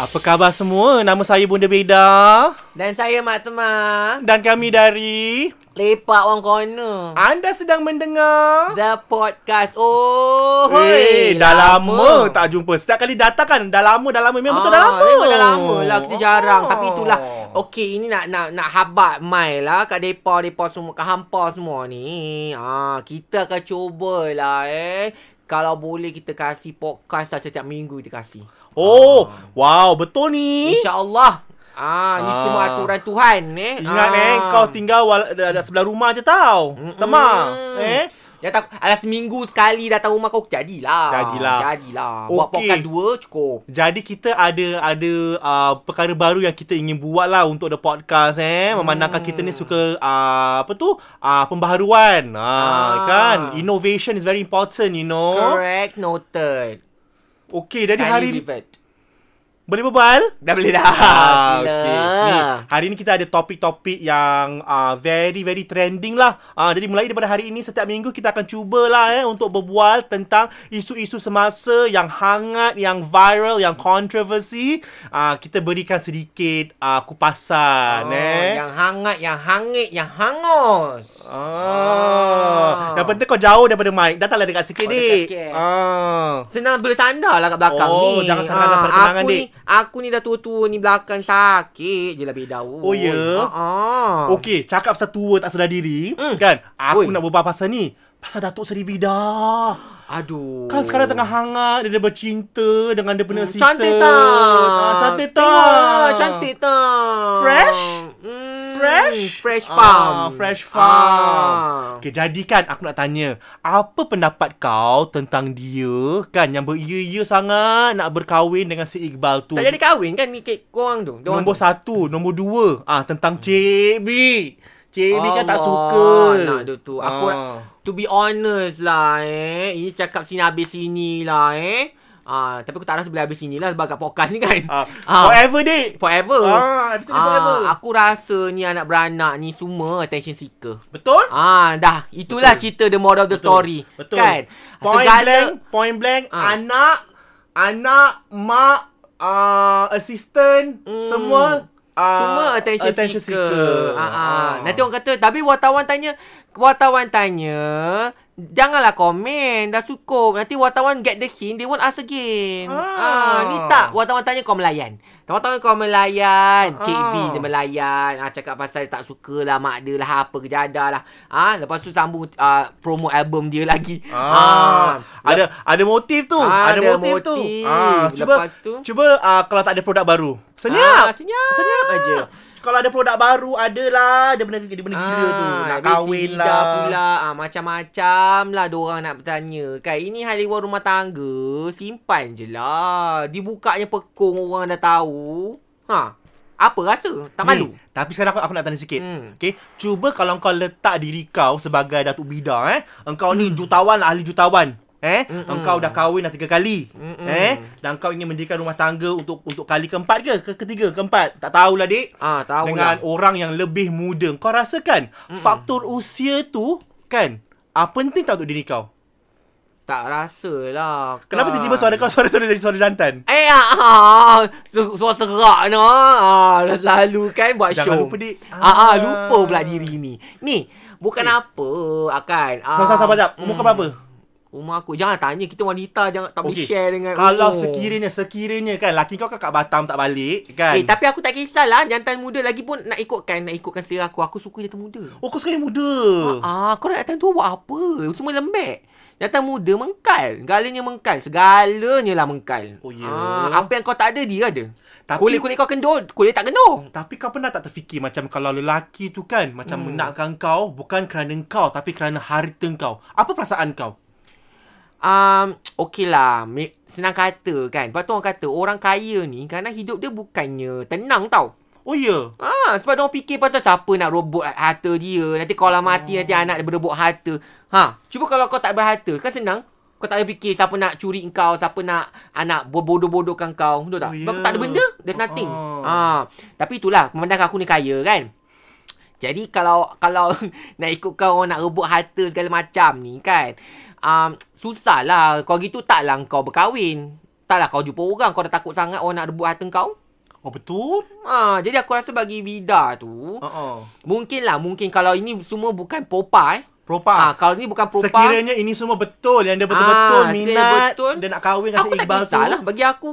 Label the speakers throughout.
Speaker 1: Apa khabar semua? Nama saya Bunda Beda
Speaker 2: Dan saya Mak Temah
Speaker 1: dan kami dari
Speaker 2: Lepak orang corner
Speaker 1: anda sedang mendengar
Speaker 2: The Podcast Oh
Speaker 1: Eh, dah lama. tak jumpa. Setiap kali datang kan dah lama dah lama memang betul dah lama.
Speaker 2: Ah,
Speaker 1: Oh.
Speaker 2: Memang dah lama lah Kita jarang
Speaker 1: Ah.
Speaker 2: Tapi itulah Okey ini nak nak nak habat mai lah Kat depa-depa semua Kat hampa semua ni ah, Kita akan cubalah eh Kalau boleh kita kasih podcast lah Setiap minggu kita kasih
Speaker 1: Oh, wow, betul ni.
Speaker 2: InsyaAllah Ah, ni
Speaker 1: Eh? Ah.
Speaker 2: semua aturan Tuhan eh.
Speaker 1: Ingat
Speaker 2: ah.
Speaker 1: eh kau tinggal wal- da- da- sebelah rumah je tau. Teman. Eh.
Speaker 2: Ya tak, alah seminggu sekali datang rumah kau jadilah.
Speaker 1: Jadilah.
Speaker 2: Jadilah. Buat
Speaker 1: Okey.
Speaker 2: podcast dua cukup.
Speaker 1: Jadi kita ada ada uh, perkara baru yang kita ingin buat lah untuk the podcast
Speaker 2: Hmm.
Speaker 1: eh memandangkan kita ni suka uh, apa tu uh, pembaharuan uh,
Speaker 2: Ah.
Speaker 1: kan innovation is very important you know.
Speaker 2: Correct noted.
Speaker 1: Okey Oh. jadi
Speaker 2: Kindly
Speaker 1: hari ni
Speaker 2: revert.
Speaker 1: boleh bebal?
Speaker 2: Dah boleh dah.
Speaker 1: Ah,
Speaker 2: Sila.
Speaker 1: okay. Ni, hari ni kita ada topik-topik yang uh, very very trending lah. Uh, jadi mulai daripada hari ini setiap minggu kita akan cubalah eh untuk berbual tentang isu-isu semasa yang hangat, yang viral, yang kontroversi. Uh, kita berikan sedikit uh, kupasan
Speaker 2: Oh,
Speaker 1: eh.
Speaker 2: Yang hangat, yang hangit, yang hangus.
Speaker 1: Ah.
Speaker 2: Ah.
Speaker 1: Yang penting kau jauh daripada mic. Datanglah dekat sikit,
Speaker 2: Oh,
Speaker 1: dik.
Speaker 2: dekat sikit.
Speaker 1: Ah.
Speaker 2: Senang boleh sandar lah kat belakang
Speaker 1: Oh,
Speaker 2: ni. Ah,
Speaker 1: jangan sandar dalam pertunangan,
Speaker 2: aku
Speaker 1: Dik.
Speaker 2: Ni, aku ni dah tua-tua ni belakang sakit je lah beda.
Speaker 1: Oh, ya?
Speaker 2: Uh-uh.
Speaker 1: Okey, cakap pasal tua tak sedar diri, mm. kan? Aku
Speaker 2: Hmm. Oi.
Speaker 1: nak berbual pasal ni. Pasal Datuk Seri Bidah.
Speaker 2: Aduh.
Speaker 1: Kan sekarang tengah hangat Dia dah bercinta Dengan dia punya
Speaker 2: Hmm,
Speaker 1: sister lah,
Speaker 2: Cantik tak?
Speaker 1: ah, Cantik tak?
Speaker 2: Tengoklah, cantik tak?
Speaker 1: Fresh?
Speaker 2: Hmm,
Speaker 1: Fresh?
Speaker 2: Fresh farm.
Speaker 1: ah, Fresh farm
Speaker 2: Ah.
Speaker 1: Okay jadi kan Aku nak tanya Apa pendapat kau Tentang dia Kan yang beria-ia sangat Nak berkahwin dengan si Iqbal tu
Speaker 2: Tak jadi kahwin kan ni kek korang tu? Diorang
Speaker 1: Nombor
Speaker 2: tu.
Speaker 1: satu Nombor dua ah, Tentang CB CB kan tak
Speaker 2: Hmm. Allah,
Speaker 1: suka
Speaker 2: Nak dia tu. Aku
Speaker 1: Ah.
Speaker 2: to be honest lah eh. Ini cakap sini habis sini lah eh. Ah, tapi aku tak rasa boleh habis sini lah sebab kat podcast ni kan.
Speaker 1: ah.
Speaker 2: Ah,
Speaker 1: Forever dik
Speaker 2: forever.
Speaker 1: Ah, episode ni forever.
Speaker 2: aku rasa ni anak beranak ni semua attention seeker.
Speaker 1: Betul?
Speaker 2: Ah, dah. Itulah
Speaker 1: Betul.
Speaker 2: cerita the moral of the story.
Speaker 1: Betul.
Speaker 2: Kan?
Speaker 1: Point
Speaker 2: Segala-
Speaker 1: blank, point blank,
Speaker 2: Ah.
Speaker 1: anak, anak, mak, uh, assistant,
Speaker 2: Hmm.
Speaker 1: semua uh,
Speaker 2: Semua attention, attention seeker. Ah, ah. Nanti orang kata, tapi wartawan tanya, wartawan tanya, janganlah komen, dah cukup. Nanti wartawan get the hint, they won't ask again.
Speaker 1: Ah.
Speaker 2: Ah. ni tak, wartawan tanya kau melayan. Wartawan kau melayan. Cik
Speaker 1: Ah.
Speaker 2: B dia melayan. Ah, cakap pasal tak suka lah mak dia lah, apa kejadah lah. Ah, lepas tu sambung ah, promo album dia lagi.
Speaker 1: Ah, ada ada motif tu.
Speaker 2: Ah,
Speaker 1: ada
Speaker 2: ada
Speaker 1: motif, tu.
Speaker 2: motif.
Speaker 1: Ah, cuba
Speaker 2: Lepas tu?
Speaker 1: cuba ah, kalau tak ada produk baru.
Speaker 2: Ah,
Speaker 1: Senyap.
Speaker 2: senyap. Senyap aja.
Speaker 1: Kalau ada produk baru adalah dia benda dia benda gila tu. Nak
Speaker 2: Ah, habis
Speaker 1: kahwin
Speaker 2: si Ida
Speaker 1: lah.
Speaker 2: pula ah, Macam-macam lah Diorang nak bertanya Kan ini haliwan rumah tangga Simpan je lah Dibukanya pekong Orang dah tahu Ha Apa rasa? Tak malu
Speaker 1: Ni, Eh, tapi sekarang aku, aku nak tanya sikit. Hmm.
Speaker 2: Hmm.
Speaker 1: Okay. Cuba kalau kau letak diri kau sebagai Datuk Bida eh. Engkau
Speaker 2: Hmm.
Speaker 1: ni jutawan lah, ahli jutawan. Eh, Mm-mm. engkau dah kahwin dah tiga kali. Mm-mm.
Speaker 2: Hmm,
Speaker 1: Eh, dan kau ingin mendirikan rumah tangga untuk untuk kali keempat ke? Ke ketiga, keempat? Tak tahulah dik.
Speaker 2: Ah, tahu
Speaker 1: Dengan
Speaker 2: lah.
Speaker 1: orang yang lebih muda. Kau rasakan
Speaker 2: Hmm.
Speaker 1: Mm-mm. faktor usia tu kan ah, penting tak untuk diri kau?
Speaker 2: Tak rasa lah
Speaker 1: Kenapa tiba-tiba suara kau suara tu dari suara jantan?
Speaker 2: Eh ah, ah, su- suara serak no. Ah, dah selalu kan buat
Speaker 1: Jangan
Speaker 2: show.
Speaker 1: lupa, Dik.
Speaker 2: Ah,
Speaker 1: Ah.
Speaker 2: ah, lupa pula diri ni. Ni, bukan
Speaker 1: Eh.
Speaker 2: apa akan. Ah,
Speaker 1: Sabar, sabar, sabar jap. Umur kau
Speaker 2: hmm.
Speaker 1: berapa?
Speaker 2: Umur aku Jangan tanya Kita wanita jangan Tak boleh
Speaker 1: Okey.
Speaker 2: okay. share dengan Oh.
Speaker 1: Kalau
Speaker 2: umur.
Speaker 1: sekiranya Sekiranya kan Laki kau kan kat Batam tak balik kan
Speaker 2: Eh tapi aku tak kisahlah Jantan muda lagi pun Nak ikutkan Nak ikutkan selera aku Aku suka jantan muda
Speaker 1: Oh kau sekarang muda
Speaker 2: Ah, kau nak jantan tua buat apa? Semua lembek Jantan muda mengkal Galanya mengkal Segalanya lah mengkal
Speaker 1: Oh, ya.
Speaker 2: ah, Apa yang kau tak ada Dia ada
Speaker 1: Tapi-
Speaker 2: Kulit-kulit kau kendor Kulit tak kendor
Speaker 1: Tapi kau pernah tak terfikir Macam kalau lelaki tu kan Macam hmm. menakkan kau Bukan kerana kau Tapi kerana harta kau Apa perasaan kau?
Speaker 2: um, Okay lah Me- Senang kata kan Lepas tu orang kata Orang kaya ni Kadang hidup dia bukannya Tenang tau
Speaker 1: Oh ya
Speaker 2: Ah, sebab dia orang fikir pasal siapa nak robot harta dia. Nanti kalau
Speaker 1: Oh.
Speaker 2: mati nanti anak dia berebut harta. Ha, cuba kalau kau tak berharta, kan senang. Kau tak payah fikir siapa nak curi kau, siapa nak anak bodoh-bodohkan kau. Betul
Speaker 1: Oh,
Speaker 2: tak? Oh,
Speaker 1: ya.
Speaker 2: yeah. Kau tak ada benda, there's nothing.
Speaker 1: Oh.
Speaker 2: Ah. Tapi itulah, memandangkan aku ni kaya kan. Jadi kalau kalau nak ikutkan orang nak rebut harta segala macam ni kan. Um, susah lah. Kau gitu taklah kau berkahwin. Taklah kau jumpa orang kau dah takut sangat orang nak rebut harta kau.
Speaker 1: Oh betul.
Speaker 2: Ha, jadi aku rasa bagi Vida tu,
Speaker 1: Uh-uh.
Speaker 2: mungkinlah mungkin kalau ini semua bukan popa eh. Ha,
Speaker 1: Propa.
Speaker 2: kalau ni bukan
Speaker 1: Ah,
Speaker 2: popa.
Speaker 1: Sekiranya ini semua betul yang dia betul-betul
Speaker 2: Ah, sekiranya
Speaker 1: minat
Speaker 2: betul.
Speaker 1: dia nak kahwin dengan si
Speaker 2: Aku tak
Speaker 1: Iqbal tu.
Speaker 2: kisahlah Bagi aku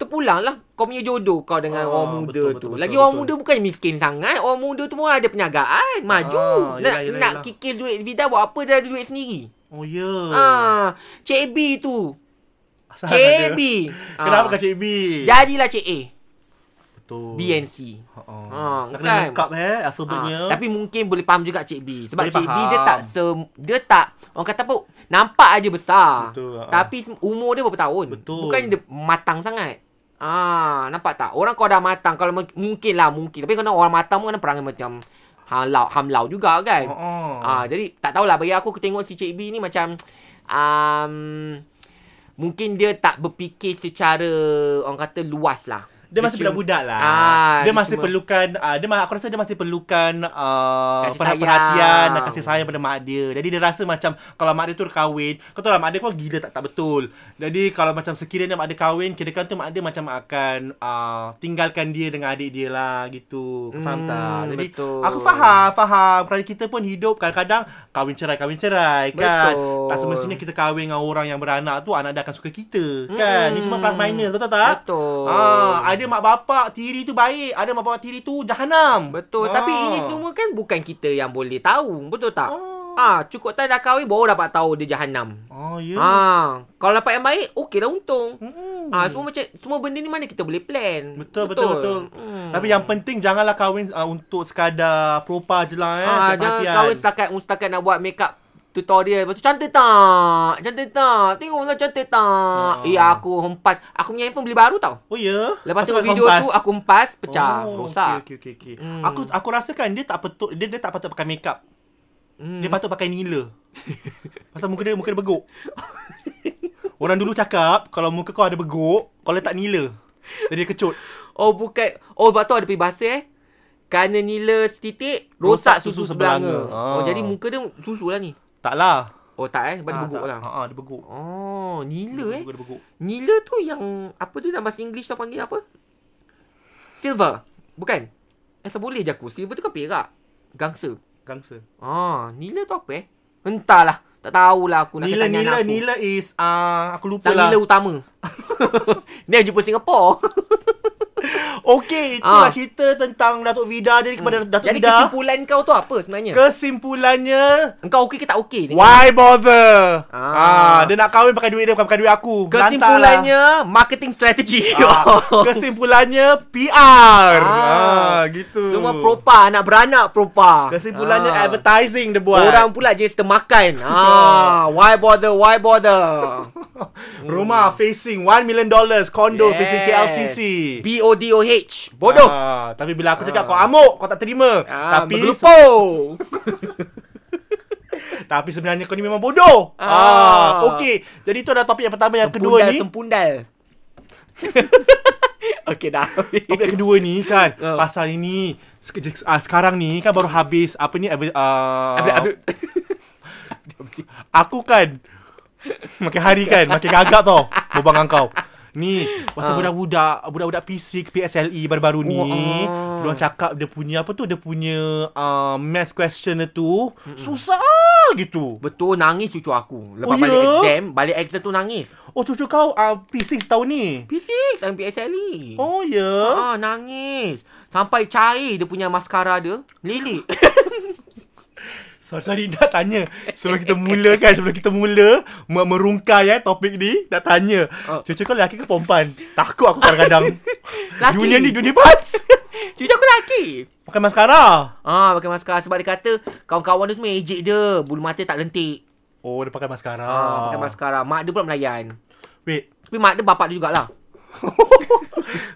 Speaker 2: Terpulanglah Kau punya jodoh kau dengan
Speaker 1: Ah,
Speaker 2: orang
Speaker 1: betul,
Speaker 2: muda tu
Speaker 1: betul, betul,
Speaker 2: Lagi
Speaker 1: betul.
Speaker 2: orang muda bukan miskin sangat Orang muda tu pun ada perniagaan Maju
Speaker 1: Ah,
Speaker 2: Nak,
Speaker 1: yelah, yelah,
Speaker 2: nak
Speaker 1: yelah.
Speaker 2: kikil duit Vida buat apa Dia ada duit sendiri
Speaker 1: Oh ya. Yeah.
Speaker 2: Ah, Cik B tu
Speaker 1: Asal
Speaker 2: Cik B
Speaker 1: ada?
Speaker 2: Ah.
Speaker 1: Kenapa kau Cik B?
Speaker 2: Jadilah Cik A
Speaker 1: Betul.
Speaker 2: B and C
Speaker 1: Uh-uh.
Speaker 2: Ah,
Speaker 1: Nak kena
Speaker 2: kan?
Speaker 1: lengkap eh
Speaker 2: Ah,
Speaker 1: alfabetnya.
Speaker 2: tapi mungkin boleh faham juga Cik B sebab
Speaker 1: Boleh
Speaker 2: Cik B dia
Speaker 1: faham.
Speaker 2: tak se dia tak orang kata apa nampak aja besar.
Speaker 1: Betul, ah.
Speaker 2: Tapi sem- umur dia berapa tahun?
Speaker 1: Betul.
Speaker 2: Bukan dia matang sangat. Ah, nampak tak? Orang kau dah matang kalau mung- mungkin lah mungkin. Tapi kena orang matang pun kena perangai macam halau hamlau juga kan.
Speaker 1: Uh-uh.
Speaker 2: Ah, jadi tak tahulah bagi aku aku tengok si Cik B ni macam um, mungkin dia tak berfikir secara orang kata luas lah.
Speaker 1: Dia masih
Speaker 2: cuma-
Speaker 1: budak-budak lah.
Speaker 2: Ah,
Speaker 1: dia
Speaker 2: dia
Speaker 1: masih
Speaker 2: cuma-
Speaker 1: perlukan uh, dia ma- aku rasa dia masih perlukan uh,
Speaker 2: Kasih
Speaker 1: per-
Speaker 2: sayang.
Speaker 1: perhatian dan kasih sayang pada mak dia. Jadi dia rasa macam kalau mak dia tu kahwin, kau tahu lah mak dia pun gila tak tak betul. Jadi kalau macam sekiranya mak dia kahwin, kirakan tu mak dia macam akan uh, tinggalkan dia dengan adik dia lah gitu. Kau faham
Speaker 2: Hmm,
Speaker 1: tak? Jadi
Speaker 2: betul.
Speaker 1: aku faham, faham. Kerana kita pun hidup kadang-kadang kahwin cerai, kahwin cerai kan.
Speaker 2: Betul.
Speaker 1: Tak semestinya kita kahwin dengan orang yang beranak tu anak dia akan suka kita kan. Ni semua plus
Speaker 2: Hmm.
Speaker 1: minus betul tak?
Speaker 2: Betul.
Speaker 1: Ah, ada mak bapak tiri tu baik, ada mak bapak tiri tu jahanam.
Speaker 2: Betul.
Speaker 1: Ah.
Speaker 2: Tapi ini semua kan bukan kita yang boleh tahu. Betul tak?
Speaker 1: Ah.
Speaker 2: Ah, cukup tak dah kahwin baru dapat tahu dia jahanam.
Speaker 1: Oh, ya. Yeah.
Speaker 2: Yeah. Ah, kalau dapat yang baik, okey lah untung.
Speaker 1: Hmm.
Speaker 2: Ah, semua macam semua benda ni mana kita boleh plan. Hmm.
Speaker 1: Betul, betul, betul. Tapi yang penting janganlah kahwin uh, untuk sekadar propa je lah eh.
Speaker 2: ah,
Speaker 1: Cari
Speaker 2: jangan
Speaker 1: perhatian.
Speaker 2: kahwin setakat setakat nak buat makeup tutorial lepas tu cantik tak? Cantik tak? Tengoklah cantik tak?
Speaker 1: Ah.
Speaker 2: Eh, aku hempas. Aku punya handphone beli baru tau.
Speaker 1: Oh ya. Yeah?
Speaker 2: Lepas tu video tu aku hempas, pecah, oh, rosak. Okay, okay.
Speaker 1: Okay, okay, okay.
Speaker 2: Hmm.
Speaker 1: Aku aku rasakan dia tak patut dia, dia tak patut pakai makeup.
Speaker 2: Hmm.
Speaker 1: Dia patut pakai nila. Pasal muka dia muka dia beguk. Orang dulu cakap kalau muka kau ada beguk, kau letak nila. Jadi dia kecut.
Speaker 2: Oh bukan Oh sebab tu ada peribahasa eh Kerana nila setitik Rosak, susu, sebelanga,
Speaker 1: Ah.
Speaker 2: Oh jadi muka dia susu lah ni
Speaker 1: Taklah.
Speaker 2: Oh tak eh Sebab dia
Speaker 1: Ah,
Speaker 2: beguk
Speaker 1: tak.
Speaker 2: lah
Speaker 1: Ha, ah, dia beguk.
Speaker 2: Oh nila eh
Speaker 1: Muka dia beguk.
Speaker 2: Nila tu yang Apa tu dalam bahasa English tau panggil apa Silver Bukan Eh, Asal boleh je aku Silver tu kan perak Gangsa
Speaker 1: Gangster.
Speaker 2: Ah, Nila tu apa eh Entahlah Tak tahulah aku nak
Speaker 1: Nila
Speaker 2: tanya
Speaker 1: Nila
Speaker 2: aku
Speaker 1: Nila is uh, aku lupa
Speaker 2: Sang
Speaker 1: lah.
Speaker 2: Nila utama Dia jumpa Singapore
Speaker 1: Okey, itulah
Speaker 2: Ah. Hmm.
Speaker 1: cerita tentang Datuk Vida jadi kepada Datuk
Speaker 2: Jadi
Speaker 1: Vida.
Speaker 2: kesimpulan kau tu apa sebenarnya
Speaker 1: Kesimpulannya
Speaker 2: Engkau okey ke tak okey ni?
Speaker 1: Why bother? Ah.
Speaker 2: Ah.
Speaker 1: dia nak kahwin pakai duit dia bukan pakai duit aku. Lantarlah.
Speaker 2: Kesimpulannya marketing strategi.
Speaker 1: lah. ah, kesimpulannya PR. Ah.
Speaker 2: Ah.
Speaker 1: gitu.
Speaker 2: Semua propa anak beranak propa.
Speaker 1: Kesimpulannya
Speaker 2: Ah.
Speaker 1: advertising dia buat.
Speaker 2: Orang pula jenis termakan. ah, why bother? Why bother?
Speaker 1: rumah facing 1 million dollars condo
Speaker 2: Yes.
Speaker 1: facing KLCC.
Speaker 2: B O D O H. Bodoh.
Speaker 1: Ah, tapi bila aku cakap kau amuk, kau tak terima.
Speaker 2: Ah,
Speaker 1: tapi
Speaker 2: bergelupo.
Speaker 1: Tapi sebenarnya kau ni memang bodoh. Ah,
Speaker 2: Ah.
Speaker 1: okey. Jadi itu adalah topik yang pertama yang kedua
Speaker 2: sempundal,
Speaker 1: ni.
Speaker 2: sempundal. Okey dah.
Speaker 1: Topik yang kedua ni kan
Speaker 2: Ah.
Speaker 1: pasal ini seke- ah, sekarang ni kan baru habis apa ni adver- ah,
Speaker 2: Habis- habis-
Speaker 1: aku kan makin hari kan makin gagap tau berbual dengan kau. Ni
Speaker 2: Ah.
Speaker 1: pasal budak-budak budak-budak P6 PSLE E baru-baru ni
Speaker 2: Wah.
Speaker 1: dia cakap dia punya apa tu dia punya uh, math questioner tu susah gitu.
Speaker 2: Betul nangis cucu aku. Lepas
Speaker 1: Oh,
Speaker 2: balik
Speaker 1: ya?
Speaker 2: exam, balik exam tu nangis.
Speaker 1: Oh cucu kau uh, P6 tahun ni.
Speaker 2: P6 and PSLE.
Speaker 1: Oh ya. Yeah.
Speaker 2: E. Ah, nangis. Sampai cair dia punya maskara dia. Lilit.
Speaker 1: Sorry, sorry nak tanya Sebelum kita mula kan Sebelum kita mula me- Merungkai eh topik ni Nak tanya
Speaker 2: Oh.
Speaker 1: Cucu kau lelaki ke perempuan? Takut aku kadang-kadang
Speaker 2: Laki.
Speaker 1: Dunia ni dunia pats
Speaker 2: Cucu aku lelaki.
Speaker 1: Pakai maskara
Speaker 2: Ah, pakai maskara sebab dia kata kawan-kawan dia semua ejek dia. Bulu mata tak lentik.
Speaker 1: Oh dia pakai maskara
Speaker 2: Ah, pakai maskara. Mak dia pula melayan.
Speaker 1: Wait
Speaker 2: Tapi mak dia bapak dia jugalah.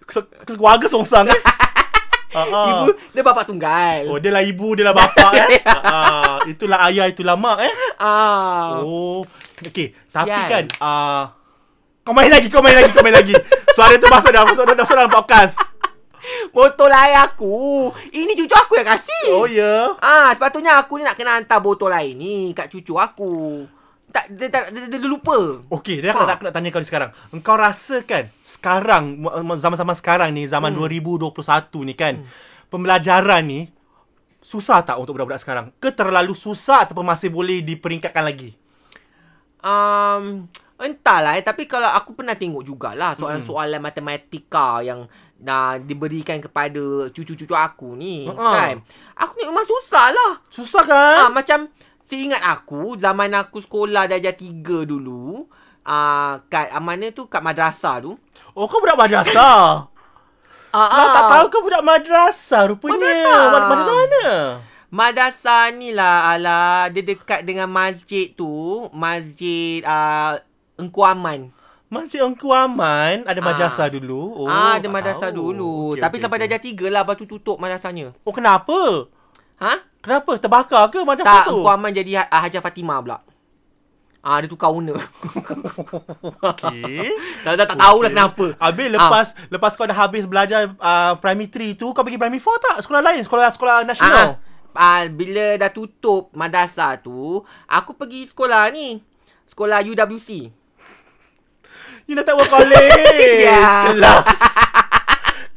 Speaker 1: Se- Keluarga songsang eh Ah, ah.
Speaker 2: Ibu dia bapak tunggal.
Speaker 1: Oh dia lah ibu Dia lah bapa eh Ah, ah. Itulah ayah Itulah mak eh
Speaker 2: Ah.
Speaker 1: Oh Okay Tapi
Speaker 2: Sial.
Speaker 1: kan uh, Kau main lagi Kau main lagi Kau main lagi Suara tu masuk dalam Masuk dalam, masuk dalam podcast
Speaker 2: Botol air aku. Ini cucu aku yang kasih. Ha,
Speaker 1: Oh ya yeah.
Speaker 2: Ah, sepatutnya aku ni nak kena hantar botol air ni kat cucu aku. tak dia, tak dia, dia, dia lupa.
Speaker 1: Okey, dia ha.
Speaker 2: Ha.
Speaker 1: nak, nak tanya kau ni sekarang. Engkau rasakan sekarang, mu- mu- zaman-zaman sekarang ni, zaman hmm. 2021 ni kan, hmm. pembelajaran ni, susah tak untuk budak-budak sekarang? Ke terlalu susah ataupun masih boleh diperingkatkan lagi?
Speaker 2: um, entahlah eh tapi kalau aku pernah tengok jugalah soalan-soalan
Speaker 1: Hmm.
Speaker 2: mm. matematika yang nah diberikan kepada cucu-cucu aku ni
Speaker 1: Ha-ha.
Speaker 2: uh-huh. kan aku ni memang susah lah
Speaker 1: Susah kan?
Speaker 2: ah macam seingat aku zaman aku sekolah darjah 3 dulu ah kat ah, mana tu kat madrasah tu
Speaker 1: Oh, kau budak madrasah.
Speaker 2: ah,
Speaker 1: Kau tak tahu kau budak madrasah rupanya.
Speaker 2: Madrasah.
Speaker 1: Mad- Madrasah mana?
Speaker 2: Madrasah ni lah ala dia dekat dengan masjid tu masjid ah Engku Aman
Speaker 1: Masjid Engku Aman ada
Speaker 2: Ah.
Speaker 1: madrasah dulu. Oh,
Speaker 2: ah, ada
Speaker 1: tak
Speaker 2: madrasah
Speaker 1: tahu.
Speaker 2: dulu.
Speaker 1: Okey,
Speaker 2: Okay, Tapi
Speaker 1: okey,
Speaker 2: okay, sampai
Speaker 1: okey.
Speaker 2: okay. darjah 3 lah lepas tu tutup madrasahnya.
Speaker 1: Oh, kenapa?
Speaker 2: Ha?
Speaker 1: Kenapa? Terbakar ke madrasah
Speaker 2: Tak,
Speaker 1: tu?
Speaker 2: Engkau Aman jadi ha- Hajar Fatimah pula. Ah, dia tukar owner.
Speaker 1: Okey.
Speaker 2: tak, tak, tak tahulah lah kenapa.
Speaker 1: Habis lepas ah. lepas kau dah habis belajar uh, primary 3 tu kau pergi primary 4 tak? Sekolah lain, sekolah sekolah
Speaker 2: Ah,
Speaker 1: nasional.
Speaker 2: ah, bila dah tutup madrasah tu, aku pergi sekolah ni. Sekolah UWC.
Speaker 1: You dah tak buat college.
Speaker 2: Ah. Ya.
Speaker 1: Kelas.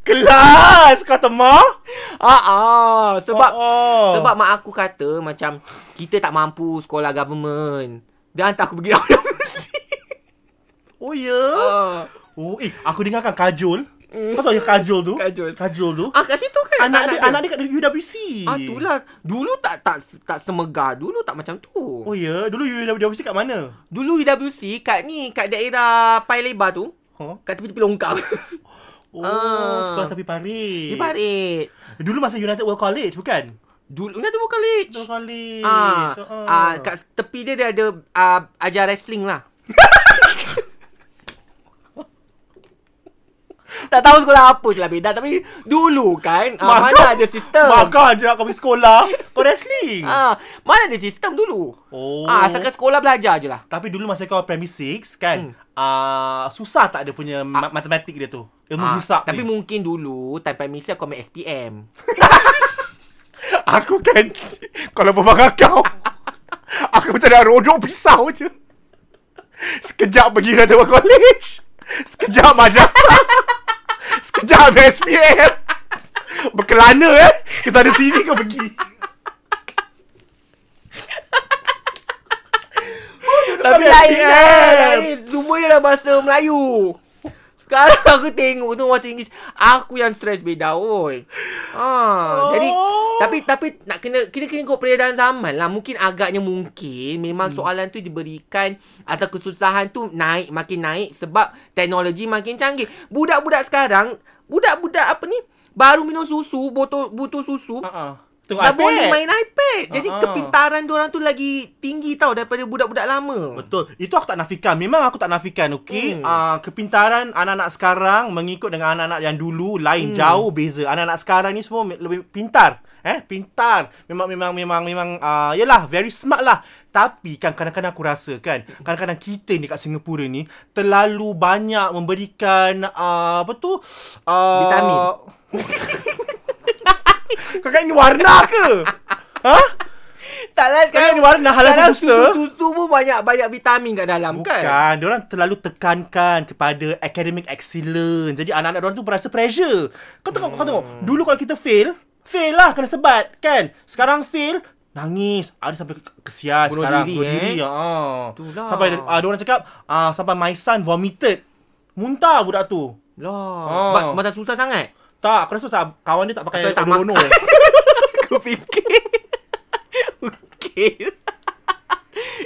Speaker 1: Kelas kau temah.
Speaker 2: Ah, ah, sebab
Speaker 1: Oh, oh.
Speaker 2: sebab mak aku kata macam kita tak mampu sekolah government. Dia hantar aku pergi UWC.
Speaker 1: Oh ya. Yeah.
Speaker 2: Ah. Mm.
Speaker 1: Oh, eh aku dengarkan Kajol. Kau tahu yang Kajol tu?
Speaker 2: Kajol.
Speaker 1: Kajol tu.
Speaker 2: ah, kat situ kan
Speaker 1: anak dia, anak dia kat UWC.
Speaker 2: Ah, itulah. Dulu tak tak tak semegah. Dulu tak macam tu.
Speaker 1: Oh ya, yeah. dulu UWC kat mana?
Speaker 2: Dulu UWC kat ni, kat daerah Pai Lebar tu.
Speaker 1: Huh?
Speaker 2: Kat tepi-tepi longkang.
Speaker 1: Oh,
Speaker 2: Ah.
Speaker 1: sekolah tapi parit.
Speaker 2: Di Parit.
Speaker 1: Dulu masa United World College bukan?
Speaker 2: Dulu ni tu college.
Speaker 1: World College.
Speaker 2: Ah,
Speaker 1: So,
Speaker 2: ah, kat tepi dia dia ada ah, ajar wrestling lah. tak tahu sekolah apa je lah beda tapi dulu kan ah,
Speaker 1: Makan-
Speaker 2: mana ada sistem.
Speaker 1: Makan je nak kau pergi sekolah Kau wrestling
Speaker 2: Ah, mana ada sistem dulu.
Speaker 1: Oh
Speaker 2: Ah, asalkan sekolah belajar je lah.
Speaker 1: Tapi dulu masa kau primary 6
Speaker 2: Hmm.
Speaker 1: kan ah, Susah tak dia punya ma- matematik dia tu Ilmu
Speaker 2: Ah,
Speaker 1: hisap
Speaker 2: tapi
Speaker 1: ni
Speaker 2: mungkin dulu time prime minister aku ambil SPM.
Speaker 1: Aku kan Kalau berbangga kau Aku macam nak rodok pisau je Sekejap pergi United World College Sekejap madrasah Sekejap SPM Berkelana eh Ke sana sini kau pergi
Speaker 2: Oh,
Speaker 1: Tapi kan?
Speaker 2: Lain lah,
Speaker 1: SPM
Speaker 2: lain. Semuanya dalam bahasa Melayu. Sekarang aku tengok tu bahasa Inggeris. Aku yang stres beda oi. Ha,
Speaker 1: Oh.
Speaker 2: oh. jadi tapi tapi nak kena kita kena ikut peredaran zaman lah. Mungkin agaknya mungkin memang hmm. soalan tu diberikan atau kesusahan tu naik makin naik sebab teknologi makin canggih. Budak-budak sekarang, budak-budak apa ni? Baru minum susu, botol botol susu.
Speaker 1: Uh-uh. Tengok
Speaker 2: Dah
Speaker 1: iPad. Ah,
Speaker 2: boleh main iPad. Jadi
Speaker 1: Ha-ha.
Speaker 2: kepintaran diorang tu lagi tinggi tau daripada budak-budak lama.
Speaker 1: Betul. Itu aku tak nafikan. Memang aku tak nafikan, okey? Hmm.
Speaker 2: Hmm.
Speaker 1: Uh, kepintaran anak-anak sekarang mengikut dengan anak-anak yang dulu lain hmm. jauh beza. Anak-anak sekarang ni semua me- lebih pintar. Eh, pintar. Memang memang memang memang uh, yalah, very smart lah. Tapi kan kadang-kadang aku rasa kan, kadang-kadang kita ni kat Singapura ni terlalu banyak memberikan uh, apa tu? Uh,
Speaker 2: Vitamin.
Speaker 1: Kau kan ini warna ke? ha?
Speaker 2: Taklah
Speaker 1: Kan ni warna halal
Speaker 2: dalam
Speaker 1: susu.
Speaker 2: lah, Susu pun banyak banyak vitamin kat dalam
Speaker 1: Bukan.
Speaker 2: kan.
Speaker 1: Bukan. Diorang terlalu tekankan kepada academic excellence. Jadi anak-anak diorang tu berasa pressure. Kau tengok, kau tengok.
Speaker 2: Hmm.
Speaker 1: Dulu kalau kita fail, fail lah kena sebat, kan? Sekarang fail, nangis. Ada sampai ke- kesian
Speaker 2: Bunuh
Speaker 1: sekarang.
Speaker 2: diri, eh.
Speaker 1: Ha.
Speaker 2: Itulah.
Speaker 1: Sampai uh, diorang cakap, uh, sampai my son vomited. Muntah budak tu.
Speaker 2: Lah.
Speaker 1: Ah.
Speaker 2: Ba- Macam susah sangat.
Speaker 1: Tak, aku rasa sebab kawan dia tak pakai
Speaker 2: Atau tak
Speaker 1: odorono.
Speaker 2: Aku fikir. Mungkin.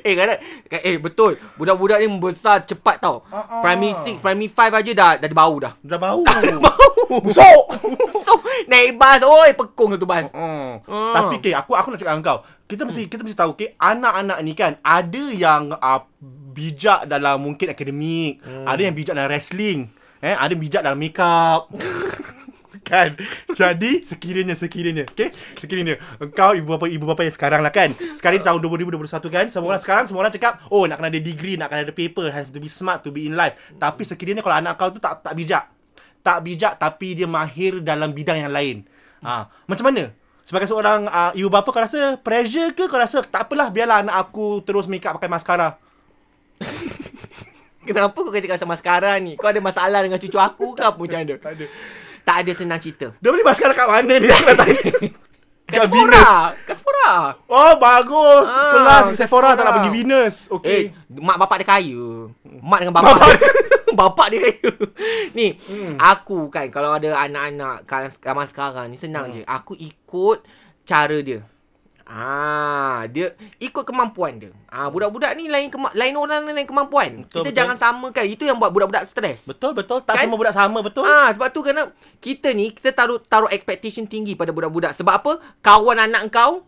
Speaker 2: eh kadang eh betul. Budak-budak ni membesar cepat tau.
Speaker 1: Ah, ah.
Speaker 2: Primary 6, primary 5 aja dah dah bau dah.
Speaker 1: Dah bau.
Speaker 2: Bau.
Speaker 1: Busuk.
Speaker 2: so, naik bas, oi pekung satu bas.
Speaker 1: Hmm.
Speaker 2: Hmm.
Speaker 1: Tapi okay, aku aku nak cakap dengan kau. Kita mesti kita mesti tahu okay, anak-anak ni kan ada yang uh, bijak dalam mungkin akademik, hmm. ada yang bijak dalam wrestling, eh ada yang bijak dalam makeup. kan. Jadi sekiranya sekiranya, okay? Sekiranya engkau ibu bapa ibu bapa yang sekarang lah kan. Sekarang ni tahun 2021 kan. Semua orang sekarang semua orang cakap, "Oh, nak kena ada degree, nak kena ada paper, have to be smart to be in life." Tapi sekiranya kalau anak kau tu tak tak bijak. Tak bijak tapi dia mahir dalam bidang yang lain. Ha, macam mana? Sebagai ah, seorang uh, ibu bapa kau rasa pressure ke kau rasa tak apalah biarlah anak aku terus make up pakai maskara.
Speaker 2: Kenapa kau kerja kat sama sekarang ni? Kau ada masalah dengan cucu aku ke apa macam mana?
Speaker 1: Tak ada.
Speaker 2: Tak ada senang cerita.
Speaker 1: Dia beli maskara kat mana ni? Aku nak tanya. Kat Venus.
Speaker 2: Sephora. Kat Sephora.
Speaker 1: Oh, bagus.
Speaker 2: Ah,
Speaker 1: Pelas ke Sephora tak nak
Speaker 2: Sephora.
Speaker 1: pergi Venus.
Speaker 2: Eh,
Speaker 1: Okey.
Speaker 2: mak bapak dia kaya. Mak dengan bapak.
Speaker 1: Bapak
Speaker 2: Bapak, bapak dia kaya. Ni, hmm. aku kan kalau ada anak-anak sekarang zaman sekarang ni senang hmm. je. Aku ikut cara dia. Ah, dia ikut kemampuan dia. Ah, budak-budak ni lain kema- lain orang lain kemampuan.
Speaker 1: Betul,
Speaker 2: Kita
Speaker 1: betul.
Speaker 2: jangan samakan. Itu yang buat budak-budak stres.
Speaker 1: Betul betul tak
Speaker 2: Kan?
Speaker 1: semua budak sama betul.
Speaker 2: Ah sebab tu kena kita ni kita taruh taruh expectation tinggi pada budak-budak. Sebab apa? Kawan anak kau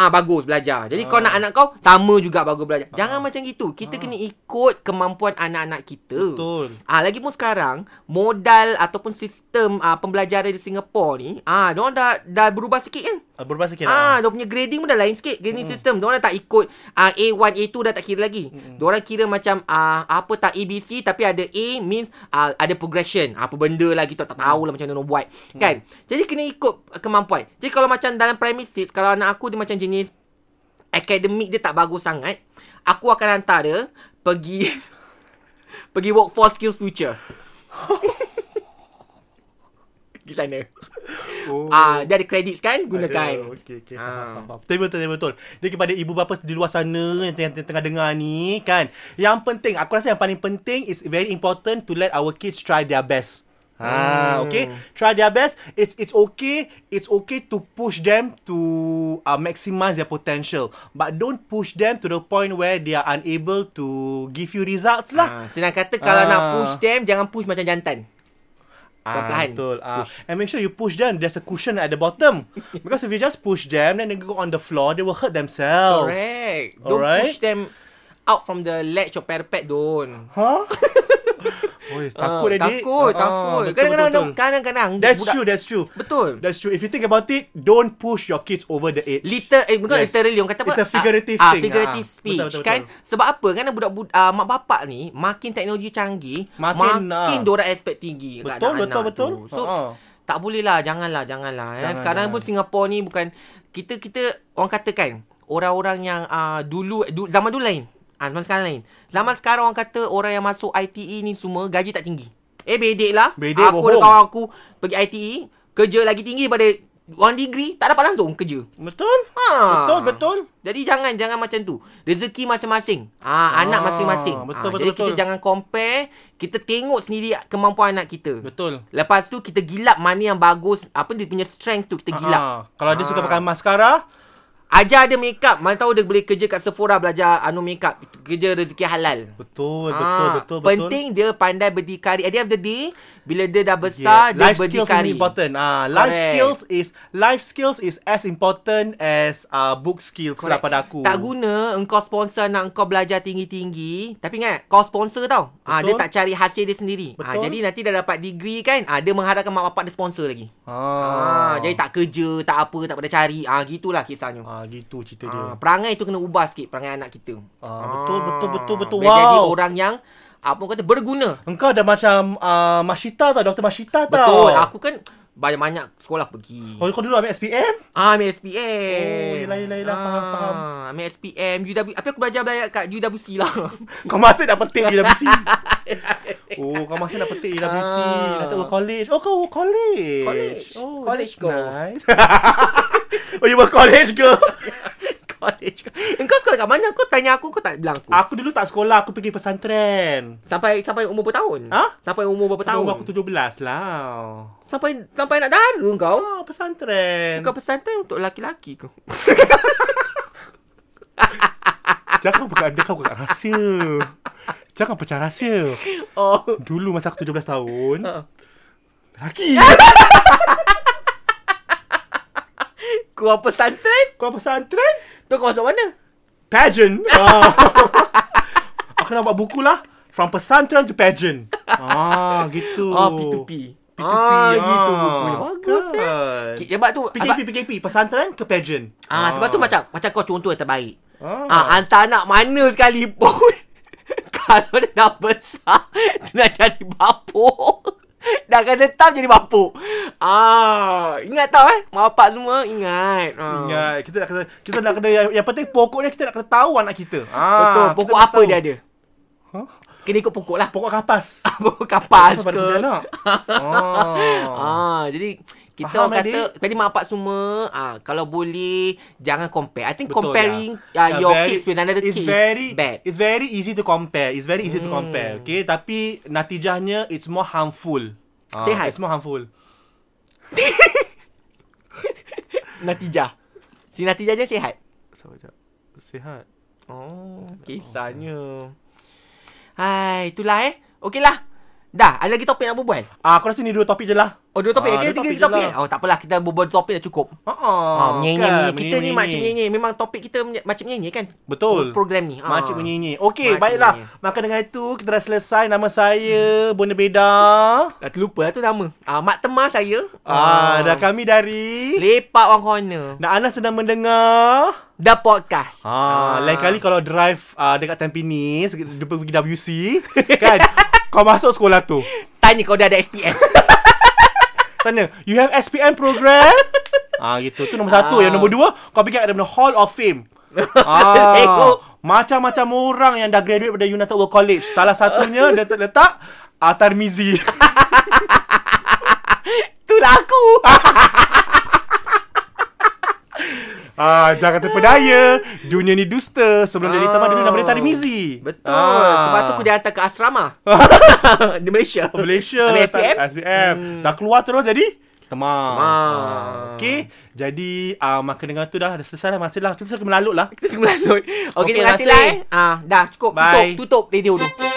Speaker 2: ah bagus belajar. Jadi kau
Speaker 1: Ah.
Speaker 2: nak anak kau sama juga bagus belajar. Jangan macam gitu. Kita kena ikut kemampuan anak-anak kita.
Speaker 1: Betul.
Speaker 2: Ah lagi pun sekarang modal ataupun sistem ah, pembelajaran di Singapura ni ah dia dah dah berubah sikit kan.
Speaker 1: Ah, Berubah sikit
Speaker 2: Ah,
Speaker 1: lah. Hmm.
Speaker 2: dia punya grading pun dah lain sikit grading mm. system. Diorang dah tak ikut uh, A1, A2 dah tak kira lagi.
Speaker 1: Hmm.
Speaker 2: Mm. Diorang kira macam uh, apa tak ABC tapi ada A means uh, ada progression. Apa benda lah kita
Speaker 1: Hmm.
Speaker 2: tak tahu lah macam mana nak buat. Kan? Jadi kena ikut kemampuan. Jadi kalau macam dalam premises kalau anak aku dia macam jenis akademik dia tak bagus sangat, aku akan hantar dia pergi pergi workforce skills future. Di sana.
Speaker 1: Oh.
Speaker 2: Ah, dia ada credits kan? Gunakan.
Speaker 1: Aduh, Okey okey.
Speaker 2: Ah.
Speaker 1: Faham, faham. Tapi betul tapi betul. Jadi kepada ibu bapa di luar sana yang tengah, tengah dengar ni kan. Yang penting aku rasa yang paling penting is very important to let our kids try their best. Ha, okay. Try their best. It's it's okay. It's okay to push them to uh, maximize their potential, but don't push them to the point where they are unable to give you results lah.
Speaker 2: Ah, senang kata kalau
Speaker 1: Ah.
Speaker 2: nak push them jangan push macam jantan. Perlahan-lahan.
Speaker 1: Betul. Ah. And make sure you push them. There's a cushion at the bottom. Because if you just push them, then they go on the floor, they will hurt themselves.
Speaker 2: Correct.
Speaker 1: Oh.
Speaker 2: Don't
Speaker 1: Alright.
Speaker 2: push them out from the ledge or parapet don't.
Speaker 1: Huh? Oi, takut
Speaker 2: Ah,
Speaker 1: uh, adik.
Speaker 2: Takut,
Speaker 1: Ah,
Speaker 2: takut.
Speaker 1: betul,
Speaker 2: Kadang-kadang
Speaker 1: betul, betul.
Speaker 2: kadang-kadang
Speaker 1: That's true, that's true.
Speaker 2: Betul.
Speaker 1: That's true. If you think about it, don't push your kids over the edge.
Speaker 2: Little eh bukan
Speaker 1: Yes.
Speaker 2: literally orang kata apa?
Speaker 1: It's a figurative
Speaker 2: ah, ah,
Speaker 1: thing.
Speaker 2: Figurative
Speaker 1: Ah,
Speaker 2: speech
Speaker 1: betul, betul,
Speaker 2: kan.
Speaker 1: betul.
Speaker 2: Sebab apa? Kerana budak bud- ah, mak bapak ni makin teknologi canggih,
Speaker 1: Makin,
Speaker 2: makin
Speaker 1: ah.
Speaker 2: dorang expect tinggi kat
Speaker 1: Betul,
Speaker 2: anak-anak
Speaker 1: betul,
Speaker 2: tu.
Speaker 1: betul.
Speaker 2: So
Speaker 1: Ah.
Speaker 2: tak boleh lah, janganlah, janganlah. Jangan,
Speaker 1: Jangan,
Speaker 2: Sekarang
Speaker 1: jangan.
Speaker 2: pun Singapura ni bukan kita kita orang katakan orang-orang yang ah, dulu du, zaman dulu lain. Ah, zaman sekarang lain. Zaman sekarang orang kata orang yang masuk ITE ni semua gaji tak tinggi. Eh bedek lah.
Speaker 1: Bedek,
Speaker 2: aku ada
Speaker 1: bohong.
Speaker 2: kawan aku pergi ITE, kerja lagi tinggi pada Orang degree tak dapat langsung kerja.
Speaker 1: Betul?
Speaker 2: Ha.
Speaker 1: Betul, betul.
Speaker 2: Jadi jangan jangan macam tu. Rezeki masing-masing. Ah,
Speaker 1: Ah,
Speaker 2: anak masing-masing.
Speaker 1: betul,
Speaker 2: Ah,
Speaker 1: betul,
Speaker 2: jadi kita
Speaker 1: betul.
Speaker 2: jangan compare, kita tengok sendiri kemampuan anak kita.
Speaker 1: Betul.
Speaker 2: Lepas tu kita gilap mana yang bagus, apa dia punya strength tu kita gilap.
Speaker 1: Ah, kalau dia suka
Speaker 2: Ah.
Speaker 1: pakai mascara,
Speaker 2: Ajar dia makeup, mana tahu dia boleh kerja kat Sephora belajar anu makeup, kerja rezeki halal.
Speaker 1: betul, betul,
Speaker 2: Ah,
Speaker 1: betul, betul.
Speaker 2: Penting dia pandai berdikari. At the end of the day, bila dia dah besar, dia
Speaker 1: life skills is
Speaker 2: berdikari.
Speaker 1: important. Ah, life
Speaker 2: Correct.
Speaker 1: skills is life skills is as important as uh, book skills lah
Speaker 2: Correct.
Speaker 1: pada aku.
Speaker 2: Tak guna engkau sponsor nak engkau belajar tinggi-tinggi. Tapi ingat, kau sponsor tau. Ah ha, dia
Speaker 1: Betul.
Speaker 2: tak cari hasil dia sendiri. Ah ha,
Speaker 1: Betul.
Speaker 2: jadi nanti dah dapat degree kan, ah ha, dia mengharapkan mak bapak dia sponsor lagi. Ah ha,
Speaker 1: Ah,
Speaker 2: jadi tak kerja, tak apa, tak pada cari. Ah ha, gitulah kisahnya.
Speaker 1: ah gitu cerita dia.
Speaker 2: Ah ha, perangai tu kena ubah sikit perangai anak kita.
Speaker 1: Ah, betul, betul, betul, betul.
Speaker 2: Biar Jadi
Speaker 1: Wow.
Speaker 2: orang yang apa orang kata berguna.
Speaker 1: Engkau dah macam uh, Mashita tau, Dr. Mashita tau.
Speaker 2: Betul. Aku kan banyak-banyak sekolah pergi.
Speaker 1: Oh, kau dulu ambil SPM?
Speaker 2: Ah, ambil SPM.
Speaker 1: Oh, yelah, yelah, yelah. Faham, faham.
Speaker 2: Ah, Ambil SPM, UW, apa aku belajar belajar kat UWC lah.
Speaker 1: Kau masih nak petik UWC.
Speaker 2: Ya,
Speaker 1: oh, kau masih nak petik UWC.
Speaker 2: Ah.
Speaker 1: Nak tengok college. Oh, kau college.
Speaker 2: College.
Speaker 1: Oh,
Speaker 2: College
Speaker 1: that's
Speaker 2: girls.
Speaker 1: nice. oh, you were college girl?
Speaker 2: College. Engkau sekolah kat mana? Kau tanya aku, kau tak bilang aku.
Speaker 1: aku dulu tak sekolah, aku pergi pesantren.
Speaker 2: Sampai sampai umur berapa tahun?
Speaker 1: Ha?
Speaker 2: Sampai umur berapa tahun?
Speaker 1: Tahun aku 17 lah.
Speaker 2: Sampai sampai nak dara kau.
Speaker 1: Oh, pesantren.
Speaker 2: Kau pesantren untuk laki-laki kau.
Speaker 1: Jangan buka ada kau buka rahsia. Jangan pecah rahsia.
Speaker 2: Oh.
Speaker 1: Dulu masa aku 17 tahun,
Speaker 2: Ha.
Speaker 1: lelaki.
Speaker 2: Kau pesantren?
Speaker 1: Kau pesantren?
Speaker 2: Tu kau masuk mana?
Speaker 1: Pageant. Ah. aku nak buat buku lah. From pesantren to pageant. Ah, gitu.
Speaker 2: Ah, P2P.
Speaker 1: P2P.
Speaker 2: Ah, gitu bukunya. Bagus, eh.
Speaker 1: eh.
Speaker 2: Sebab tu
Speaker 1: PKP, PKP. Pesantren ke pageant.
Speaker 2: Ah, sebab tu macam macam kau contoh yang terbaik.
Speaker 1: Ah.
Speaker 2: Ah, hantar anak mana sekalipun kalau dia dah besar dia nak jadi bapuk. Dah akan tetap jadi bapuk. Ah, ingat tau eh, mak bapak semua ingat. Ah.
Speaker 1: Ingat, Ya, kita nak kena, kita nak kena yang, yang penting pokoknya kita nak kena tahu anak kita. Ah,
Speaker 2: Betul,
Speaker 1: kita
Speaker 2: pokok
Speaker 1: nak
Speaker 2: apa
Speaker 1: tahu.
Speaker 2: dia ada?
Speaker 1: Huh?
Speaker 2: Kena ikut pokok lah.
Speaker 1: Pokok kapas.
Speaker 2: Pokok
Speaker 1: Pada
Speaker 2: kapas ke.
Speaker 1: kuntilanak. Oh.
Speaker 2: Ah, jadi kita
Speaker 1: Faham,
Speaker 2: Faham, kata tadi mak pak semua ah kalau boleh jangan compare. I think Betul comparing lah. uh,
Speaker 1: Yeah,
Speaker 2: your
Speaker 1: ya. very-
Speaker 2: kids with another
Speaker 1: it's
Speaker 2: kids
Speaker 1: very,
Speaker 2: bad. Hmm.
Speaker 1: It's very easy to compare. It's very easy to compare. Okay, tapi natijahnya it's more harmful. Ah,
Speaker 2: Say hi.
Speaker 1: It's more harmful.
Speaker 2: Natijah. Si Natijah je sihat.
Speaker 1: Sabar jap. Sihat.
Speaker 2: Oh, kisahnya. Hai, itulah eh. Okeylah. Dah, ada lagi topik nak berbual?
Speaker 1: Ah, aku rasa ni dua topik je lah.
Speaker 2: Oh, dua
Speaker 1: Ah,
Speaker 2: topik. Ah, okay,
Speaker 1: dua
Speaker 2: tiga,
Speaker 1: topik
Speaker 2: tiga
Speaker 1: je
Speaker 2: topik.
Speaker 1: lah.
Speaker 2: Oh, tak apalah. Kita berbual dua topik dah cukup.
Speaker 1: Ha
Speaker 2: Ah,
Speaker 1: ah. kan?
Speaker 2: menyanyi ni. Kita ni
Speaker 1: Menyanyi-menyanyi.
Speaker 2: macam menyanyi. Memang topik kita menye- macam menyanyi kan?
Speaker 1: Betul.
Speaker 2: Program ni. Ah.
Speaker 1: Makcik menyanyi. Okey,
Speaker 2: Makcik
Speaker 1: baiklah.
Speaker 2: menyanyi.
Speaker 1: Maka dengan itu, kita dah selesai. Nama saya, Bona Beda.
Speaker 2: Dah terlupa lah tu nama. Ah, mak teman saya. Ah,
Speaker 1: Ah, dah kami dari...
Speaker 2: Lepak orang corner.
Speaker 1: Dan anda sedang mendengar...
Speaker 2: The Podcast.
Speaker 1: Ah, lain kali kalau drive uh, dekat Tampines, dia pergi WC, kan? kau masuk sekolah tu.
Speaker 2: Tanya kau dah ada SPM.
Speaker 1: Tanya, you have SPM program? ah, gitu. Tu nombor satu.
Speaker 2: Ah.
Speaker 1: Yang nombor dua, kau fikir ada benda Hall of Fame.
Speaker 2: Tengok.
Speaker 1: ah, macam-macam orang yang dah graduate daripada United World College. Salah satunya dia terletak uh, Tarmizi.
Speaker 2: Itulah aku.
Speaker 1: ah, jangan terpedaya. Dunia ni dusta. Sebelum dia
Speaker 2: Ah.
Speaker 1: jadi taman dunia, nama dia Tarmizi.
Speaker 2: Betul. Ah. Sebab tu aku dah hantar ke asrama. Di Malaysia.
Speaker 1: Malaysia
Speaker 2: Ambil SPM?
Speaker 1: tak- SPM hmm. Dah keluar terus jadi Teman
Speaker 2: Teman.
Speaker 1: Ah, Okay Jadi uh, Maka dengan tu dah, dah selesai lah Masih lah Kita suka melaluk lah
Speaker 2: Kita semua lalut. Okay,
Speaker 1: Okey,
Speaker 2: terima kasih
Speaker 1: terima
Speaker 2: lah
Speaker 1: kasih.
Speaker 2: eh. Ah, dah cukup.
Speaker 1: Bye.
Speaker 2: Tutup, tutup radio tu.